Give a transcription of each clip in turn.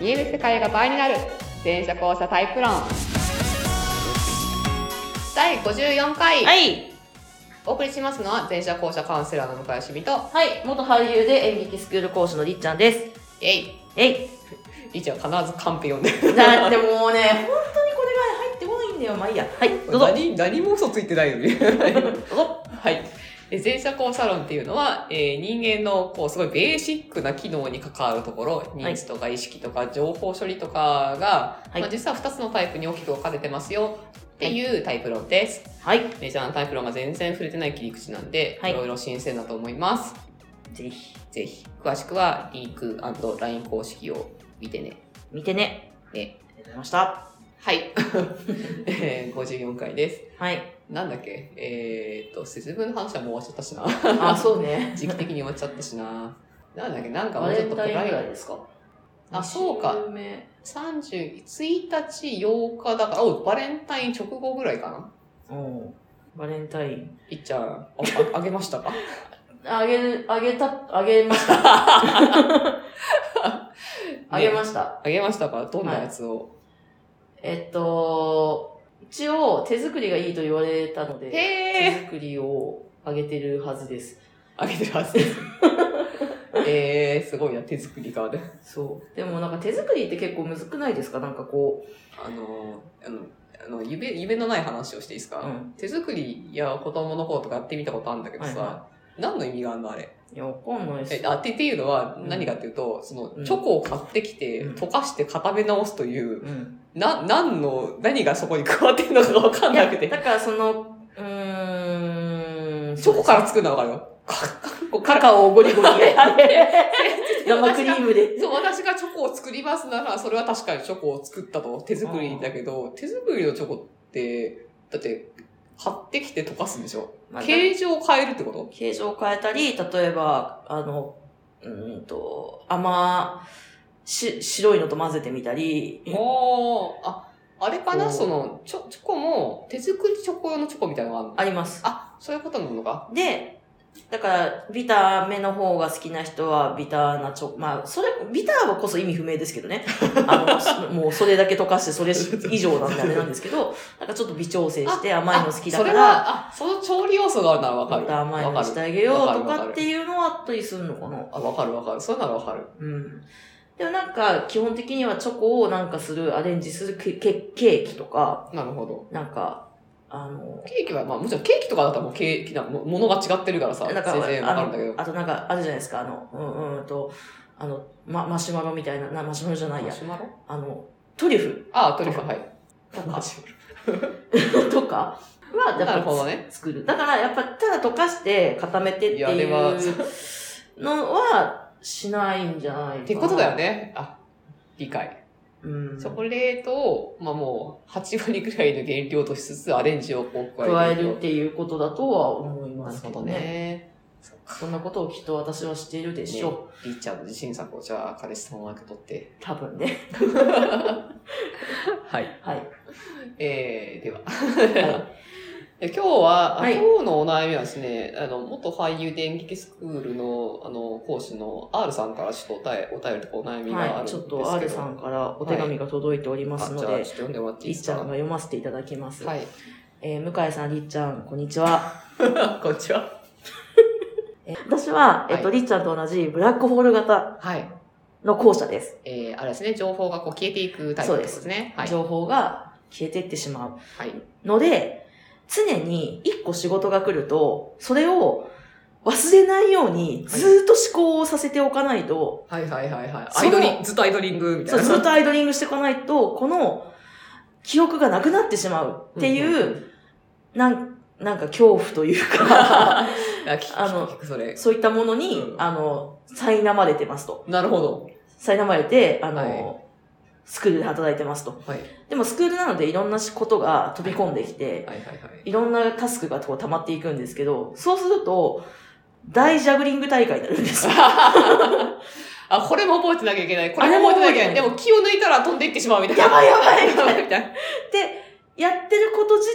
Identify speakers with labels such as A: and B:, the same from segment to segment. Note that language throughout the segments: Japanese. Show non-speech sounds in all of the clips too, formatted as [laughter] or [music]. A: 見える世界が倍になる全車交差タイプ論第54回、
B: はい。
A: お送りしますのは全車交差カウンセラーの向井しみと
B: はい。元俳優で演劇スクール講師のりっちゃんです。
A: イエイ
B: えい。
A: りっちゃん必ずカンペ読んで
B: だってもうね、本当にこれが入ってこないんだよ。まあいいや。はい。どうぞ。
A: [laughs] 何何も嘘ついてないのに [laughs]
B: どうぞ。
A: はい。で前者交差論っていうのは、えー人間のこうすごいベーシックな機能に関わるところ、認知とか意識とか情報処理とかが、
B: はい
A: まあ、実は2つのタイプに大きく分かれてますよっていうタイプ論です。
B: はい。
A: メジャーなタイプ論が全然触れてない切り口なんで、
B: はい
A: いろいろ新鮮だと思います。
B: ぜひ、
A: ぜひ、詳しくはリーク &LINE 公式を見てね。
B: 見てね。
A: ね。
B: ありがとうございました。
A: はい。 [laughs] えー54回です。
B: はい。
A: なんだっけえー、っと、節分の話はもう終わっちゃったしな。
B: [laughs] あ、そうね。
A: 時期的に終わっちゃったしな。なんだっけ、なんかも
B: バ
A: うち
B: レ
A: ょっ
B: ン
A: と
B: タインぐらい
A: い。
B: ですか
A: あそうか
B: 二週目
A: 30、1日、8日だから、おバレンタイン直後ぐらいかな。
B: うん。バレンタイン。
A: いっちゃん、あああげましたか
B: あげる、あげた、あげま [laughs] した。あげました。
A: あげましたかどんなやつを。
B: えっと、一応手作りがいいと言われたので。
A: へー
B: 手作りをあげてるはずです。
A: あげてるはず [laughs] です。えー、すごいな、手作りがね。
B: そう。でもなんか手作りって結構むずくないですかなんかこ
A: あの、あの、あの夢、夢のない話をしていいですか、
B: う。ん。
A: 手作りや子供の方とかやってみたことあるんだけどさ、
B: はいは
A: 何の意味があるのあれ。
B: いや、わかんないで
A: え
B: す。
A: あってっていうのは
B: うん
A: 何かっていうと、その
B: うん
A: チョコを買ってきて
B: うん
A: 溶かして固め直すという、
B: うん。
A: な、何の、何がそこに加わってるのかわかん
B: い
A: な
B: や、
A: くて。
B: だからその、うーん。
A: チョコから作るのはわかるよ。かこうか
B: カ
A: ら
B: カオをゴリゴリ
A: [laughs]
B: で。 [laughs] 生
A: 生ク
B: クリ
A: リ
B: ー
A: ー
B: ムで。
A: [laughs] そう、私がチョコを作りますなら、それは確かにチョコを作ったと、手作りだけど、手作りのチョコって、だって、買ってきて溶かすんでしょ
B: まあ
A: 形状を変えるってこと
B: 形状を変えたり、例えば、あの、うーんと、甘、し、白いのと混ぜてみたり、
A: おー、あ、あれか
B: お
A: な
B: ー
A: その、チョ、チョコも、手作りチョコ用のチョコみたいなのがあるの
B: あります。
A: あ、そういうことなのか。
B: で、だから、ビターめの方が好きな人は、ビターなチョコ、まあ、それ、ビターはこそ意味不明ですけどね。
A: [laughs]
B: あの、もうそれだけ溶かして、それ以上なんであれなんですけど、なんかちょっと微調整して甘いの好きだか
A: あそれ
B: ら、
A: は、あ、その調理要素があるならわか
B: もっ
A: る。
B: と甘いの
A: わ
B: に
A: か
B: して
A: る。
B: あげよう
A: わか
B: と
A: るわか
B: か
A: る
B: っていうのはあったりするのかな。
A: あ、わかるわかる。それならわかる。
B: うん。でもなんか、基本的にはチョコをなんかする、アレンジするケケケーキとか、
A: なるほど。
B: なんか、あの、
A: ケーキは、まあもちろんケーキとかだったらもうケーキな、もものが違ってるからさ、
B: なん
A: 全
B: か、
A: 然わかるんだけど
B: あの。あとなんか、あるじゃないですか、あの、うんうんと、あの、ま、マシュマロみたいな、なマシュマロじゃない
A: マ
B: や、
A: シュマロ
B: あの、トリュフ
A: あ、トリュフ、はい。
B: なんか
A: マシュマロ
B: とかは、
A: な
B: や
A: る
B: っ
A: ほど
B: ぱ
A: ね。
B: 作る。だから、やっぱ、ただ溶かして固めてってい
A: いやあれは
B: うのは、しないんじゃないかな。
A: ってことだよ。ね。あ、理解。
B: うん。
A: チョコレートを、まあもう、8割ぐらいの原料としつつ、アレンジをこう
B: 加
A: 加
B: え
A: えてい
B: る
A: く
B: っ
A: と。
B: ていうことだとは思いま
A: なる
B: すけ
A: ほ
B: ど
A: ど
B: ね。
A: ね。そっか
B: そんなことをきっと私はしているでしょ
A: リーチャード自信作をじゃあ彼氏さんを受け取って
B: う。。多分ね。
A: はい。
B: はい。
A: えー、では。 [laughs]
B: は
A: で今日は、あ
B: はい
A: 今日のお悩みはですね、あの、元俳優電撃スクールの、あの、講師の R さんからちょっとお便りお便りとかお [laughs] 悩み
B: い。
A: があるん
B: はい、
A: です
B: ち
A: け
B: ょ
A: ど。
B: っと R さんからお手紙が届いております
A: あ
B: の
A: じ
B: で、
A: ゃあ、ちょっ
B: り
A: と読んでもらっていい
B: っ
A: です
B: ちゃんが
A: か
B: 読ませていただきます。
A: はい。
B: えー向井さん、りっちゃん、こんにちは。
A: [laughs] こんにちは。
B: えー私は、えっ、と、
A: は
B: りっちゃんと同じブラックホール型
A: はい。
B: の校舎です。
A: えー、あれですね、情報がこう消えていくタイプですね。はい。
B: 情報が消えていってしま
A: はい。
B: う。ので、常に一個仕事が来ると、それを忘れないようにずーっと思考をさせておかないと、
A: はいはいはいはい。
B: そ
A: ア
B: の
A: イドリン、ずっとアイドリングみた
B: そ、
A: いうな。
B: ずっとアイドリングしてこないと、この記憶がなくなってしまうってい
A: んん
B: う、なん、なんか恐怖というか、
A: [laughs] あ、聞く、
B: あの
A: 聞く、聞くそれ。
B: そういったものに、
A: うん
B: あの、苛まれてますと。
A: なるほど。
B: 苛まれて、あの、
A: はい
B: スクールで働いてますと。
A: はい。
B: でもスクールなのでいろんなことが飛び込んできて、
A: はいはいはい。
B: [laughs] いろんなタスクがこう溜まっていくんですけど、そうすると、大ジャグリング大会になるんですよ。
A: あ、これも覚えてなきゃいけない。これも覚えてなきゃいけないい。
B: あれも覚えてな
A: でも気を抜いたら飛んでいってしまうみたいな。
B: やばいやばいみ
A: や
B: た
A: ば
B: い
A: い
B: な。
A: みたい
B: で、やってること自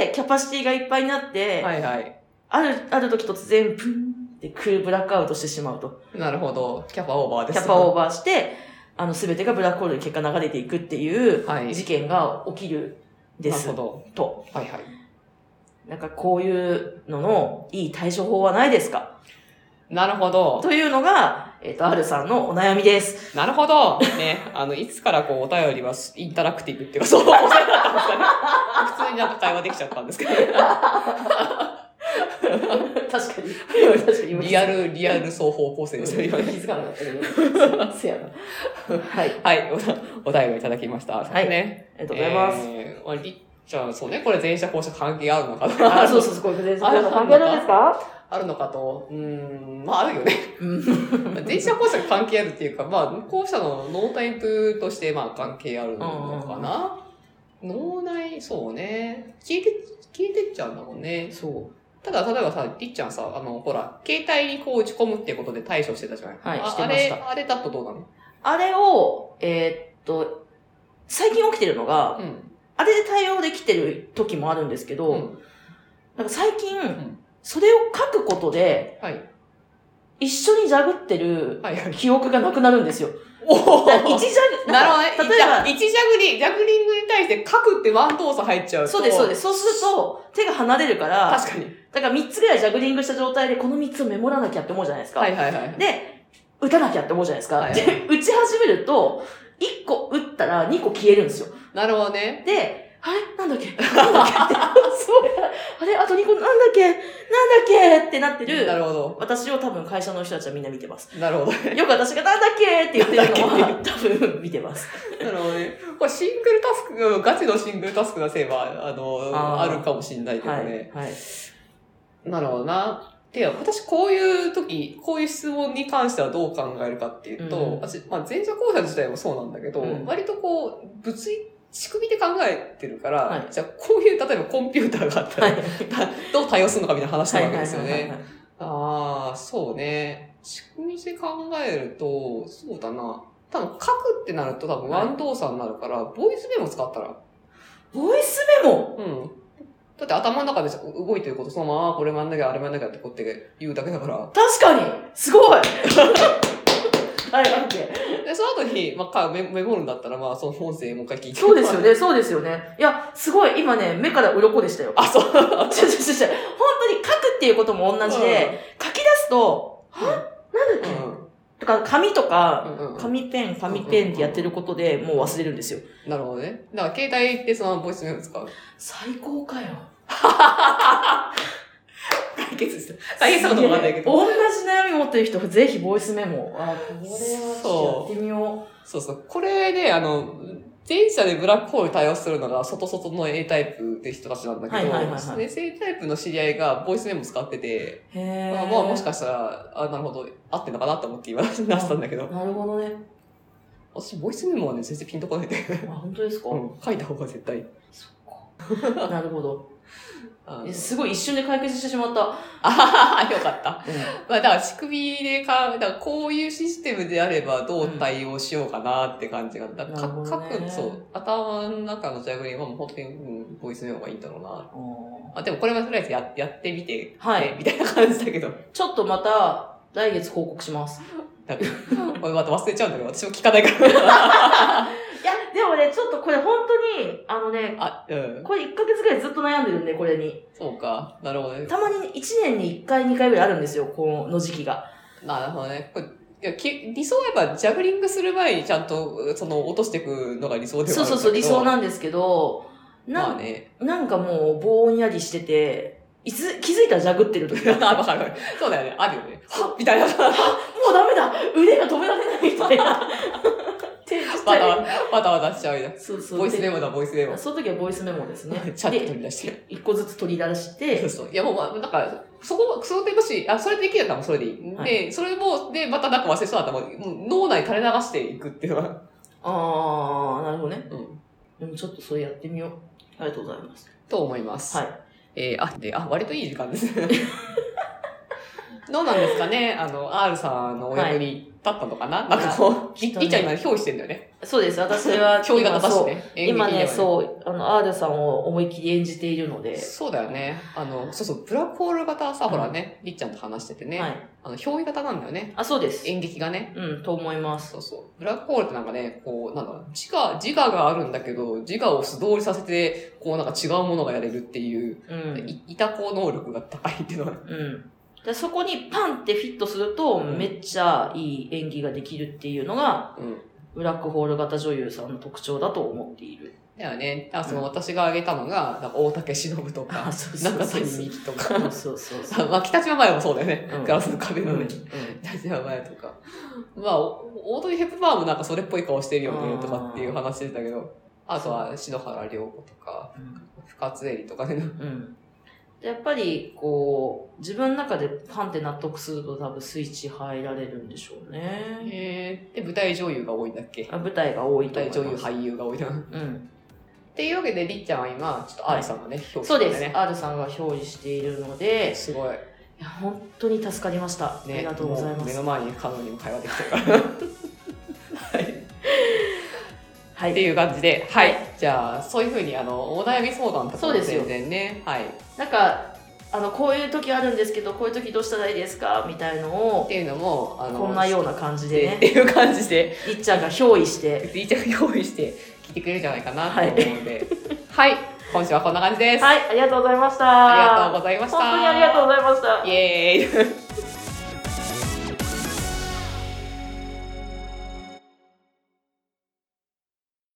B: 体でキャパシティがいっぱいになって、
A: な。はいはい。
B: ある、ある時突然、プンってクールブラックアウトしてしまうと。
A: なるほど。キャパオーバーで
B: キ
A: す。
B: ャパ
A: ー
B: オーバーして、あの、すべてがブラックホールに結果流れていくっていう
A: はい。
B: 事件が起きるです。
A: なるほ
B: と。
A: ど。はいはい。
B: なんかこういうののいい対処法はないですか
A: なるほど。
B: [laughs] というのが、えっ、と、R さんのお悩みです。 [laughs]
A: なるほど。ね。あの、いつからこう、お便りはインタラクティブっていうか、そう、お便りだったんですかね。普通になんか会話できちゃったんですけど。
B: 確かに。確かに
A: リアル、リアル双方向性ですね。今ね
B: [laughs] 気づかなかったけ
A: [laughs]
B: ど。せやな。はい。
A: はい。おお便りをいただきました。
B: はい
A: ね。
B: ありがとうございます。
A: えーまあ、りっちゃん、そうね。これ前者後者関係あるのかな
B: あ、そうそうそう、これ全然
A: あそう
B: 関係ないですか
A: [laughs] あるのかと、うーん、まああるよね。
B: う
A: [laughs]
B: ん。
A: 前者後者が関係あるっていうか、まあ、後者の脳タイプとして、まあ関係あるのかな。脳内、そうね。消えて、消えてっちゃうんだもんね。
B: そ
A: ただ、例えばさ、りっちゃんさ、あの、ほら、携帯にこう打ち込むってことで対処してたじゃない
B: はい
A: あ
B: してました
A: あれ、あれだとどうなの
B: う。あれを、えーっと、最近起きてるのが、
A: うん。
B: あれで対応できてる時もあるんですけど、
A: うん
B: なんか最近、
A: ん
B: それを書くことで、
A: はい。
B: 一緒にジャグってる [laughs]
A: はいはい。
B: 記憶がなくなるんですよ。
A: おお
B: だから [laughs] 一ジャグ、
A: なる
B: んか
A: ほどね。
B: 例えば、
A: 一ジャグリン、ジャグリングに対して書くってワン動作入っちゃうと。。
B: そうです、そうですす。そうすると、手が離れるから、
A: 確かに。
B: だから3つぐらいジャグリングした状態で、この3つをメモらなきゃって思うじゃないですか。
A: はいはいはい。
B: で、打たなきゃって思うじゃないですか。
A: はい
B: で、打ち始めると、1個打ったら2個消えるんですよ。
A: なるほどね。
B: で、あれなんだっけなんだっけって。そうあれあと2個なんだっけなんだっけってなって
A: な
B: る。
A: るほど。
B: 私を多分会社の人たちはみんな見てます。
A: なるほどね。
B: よく私がなんだっけって言ってるの
A: な
B: は多分見てます。
A: なるほどね。これシングルタスク、ガチのシングルタスクがせれば、あの、あ
B: あー
A: るかもしれないけど
B: はい。
A: ね。
B: はい。
A: なるほどな。で、私こういう時、こういう質問に関してはどう考えるかっていうと、
B: うん
A: 私、まあ前者後者自体もそうなんだけど、
B: うん
A: 割とこう、物理、仕組みで考えてるから、
B: はい
A: じゃあこういう、例えばコンピューターがあったら、
B: はい。
A: どう対応するのかみたいな話して
B: は
A: る
B: い
A: わけですよ
B: はいはい
A: ね
B: は。い
A: ああ、そうね。仕組みで考えると、そうだな。多分書くってなると多分ワン動作になるから、ボイスメモ使ったら。
B: ボイスメモ
A: うん。だって頭の中で動いてること、そのままあーこれもやんなきゃ、あれもやんなきゃってこうやって言うだけだから。
B: 確かにすごい [laughs] はい、待って。
A: で、その後に、まあかメ、メモるんだったら、まあ、その本声もう一回聞いて。
B: そうですよ。ね、そうですよね。いや、すごい、今ね、目から鱗でしたよ。
A: あ、
B: [laughs]
A: そう。
B: ちょちょちょちょ、本当に書くっていうことも同じで、書き出すと、
A: ん
B: はなん
A: う
B: だっけ
A: ん。
B: とか、紙と
A: う
B: か、 [laughs]
A: ん。うんうん。
B: 紙ペン、紙ペンってやってることでもう忘れるんですよ。
A: なるほどね。だから、携帯でそのボイスメモ使う。
B: 最高 [laughs] かよ。
A: 解決した。解決したこともあんないけど。
B: 同じ悩み持ってる人、ぜひボイスメモ。あ、これ
A: そ
B: は
A: う
B: やってみよ
A: そうそう。これね、あの、前者でブラックホールに対応するのが、外外の A タイプって人たちなんだけど、
B: はいはいはいはい
A: で A タイプの知り合いがボイスメモ使ってて、
B: う。へ
A: まあ、
B: ー。
A: まあもしかしたら、あ、なるほど、合ってんのかなと思って今出したんだけど、
B: なるほどね。
A: 私、ボイスメモはね、全然ピンとこないんだよね。
B: あ、本当ですか、
A: うん書いた方が絶対。
B: そっか。な [laughs] るほど。
A: あの
B: えすごい、一瞬で解決してしまった。
A: あははよかった。
B: う
A: まあ、だから仕組みでか、だからこういうシステムであればどう対応しようかなって感じが、だからか
B: なるほ
A: 書
B: どね
A: く、そう、頭の中のジャグリングはもう本当に、うんボイスメモがいいんだろうなってあ、
B: ん
A: でもこれはとりあえずややってみて、
B: はい
A: ねみたいな感じだけど。
B: ちょっとまた、来月報告します。
A: なん
B: [laughs]
A: か、俺また忘れちゃうんだけど、私も聞かないから。
B: いや、でもね、ちょっとこれ本当に、あのね、
A: あ、うん。
B: これ1ヶ月ぐらいずっと悩んでるんで、これに。
A: そうか。なるほどね。
B: たまに1年に1回、2回ぐらいあるんですよ、この時期が。
A: なるほどね。これいやき理想はやっぱジャグリングする前にちゃんとその落としていくのが理想ではあ
B: そ
A: る
B: うそうそう、理想
A: んだ
B: なんですけど、
A: けど。
B: な
A: まあ
B: ん、
A: ね。 [laughs]
B: なんかもう、ぼんやりしてて、いつ、気づいたらジャグってる時
A: あ、
B: が。 [laughs] も
A: わかるわかる。そうだよね。あるよね。はっみたいな。 [laughs]
B: うダメだ腕が止められないみたいな。 [laughs] 手ちっち
A: わた
B: ゃい
A: わた、わたわたしちゃうよね。
B: そうそう。
A: ボイスメモだ、ボイスメモ。
B: で。。その時はボイスメモですね
A: [laughs] チャット取
B: で、
A: り出して。
B: 1個ずつ取り出し
A: そう [laughs]
B: て、
A: そう。いや、もう、まあ、なんか、そこ、その点もし、あ、それできるんだったらもうそれでいい。
B: は
A: で、それも、で、またなんか忘れそうだったら、もうもう脳内垂れ流していくっていうの
B: [laughs]
A: は。
B: あー、なるほどね。
A: うん。
B: でもちょっとそれやってみよう。ありがとうございます。
A: と思います。。
B: はい
A: えー、あ、で、あ、割といい時間ですね。 [laughs] どうなんですかねあの、R さんのお役に立ったのかな、なんかこう、
B: きっ
A: り
B: と
A: り
B: ね
A: っちゃん今、憑依してんだよね。
B: そうです。私
A: [laughs]
B: は、
A: 憑依型
B: 今
A: だし
B: そう
A: ね。
B: 今ね、
A: う。
B: そう、あの、R さんを思いっきり演じているので、
A: そうだよね。あの、そうそう、ブラックホール型はさ、ほらね、りっちゃんと話しててね、
B: はい。
A: あの、憑依型なんだよね。
B: あ、そうです。
A: 演劇がね。
B: うん、と思います。
A: そうそう。ブラックホールってなんかね、こう、なんだろう、自我、自我があるんだけど、自我を素通りさせて、こうなんか違うものがやれるっていう、
B: うん。
A: いいたこ能力が高いっていうのは。
B: うん。でそこにパンってフィットすると、
A: うん
B: めっちゃいい演技ができるっていうのが、
A: うん。
B: ブラックホール型女優さんの特徴だと思っている。
A: だよね。だからその私が挙げたのが、なんか大竹しのぶとか、
B: そう
A: 中谷美紀とか
B: そ、う [laughs] そうそうそ
A: あ [laughs]
B: う。
A: まあ北島麻也も [laughs] そうだよね。
B: うん
A: ガラスの壁
B: うん
A: の
B: う
A: ね
B: ん。
A: 北島麻也とか。まあ、おオードリー・ヘップバーンもなんかそれっぽい顔してるよね、とかっていう話でしたけど、あとは篠原涼子とか、深津絵里とかね。
B: うんでやっぱり、こう、自分の中でパンって納得すると多分スイッチ入られるんでしょうね。
A: へえ。で、舞台女優が多いんだっけ
B: あ舞台が多いと
A: 女
B: 思います。
A: 優、俳優が多いな。っ
B: うん。
A: ていうわけで、りっちゃんは今、ちょっとアリさんがね、表
B: そうです。
A: ね。
B: R さんが表示しているので、
A: すごい。ね。
B: いや本当に助かりました。ありがとうござい
A: も
B: ま
A: 目
B: す。
A: の前に彼女にも会話できてる
B: [laughs]
A: から。はい。っ
B: は
A: て
B: い。
A: いう感じで、はい。
B: は
A: じゃあ、そういうふうに、あの、お悩み相談とか
B: そう
A: も
B: ですよ
A: 全然ね、はい。っ
B: なんか、あの、こういう時あるんですけど、こういう時どうしたらいいですかみたいのを、
A: ていうのも、あの、
B: こんなような感じ
A: [laughs]
B: で
A: っ
B: ね、
A: ていう感じで、
B: いっちゃんが憑依して、
A: りっちゃんが用意して、来てくれるんじゃないかなと思うの
B: [laughs]
A: で、はい。今週はこんな感じです。
B: はい、ありがとうございました。
A: ありがとうございました。
B: 本当にありがとうございました。
A: イエーイ。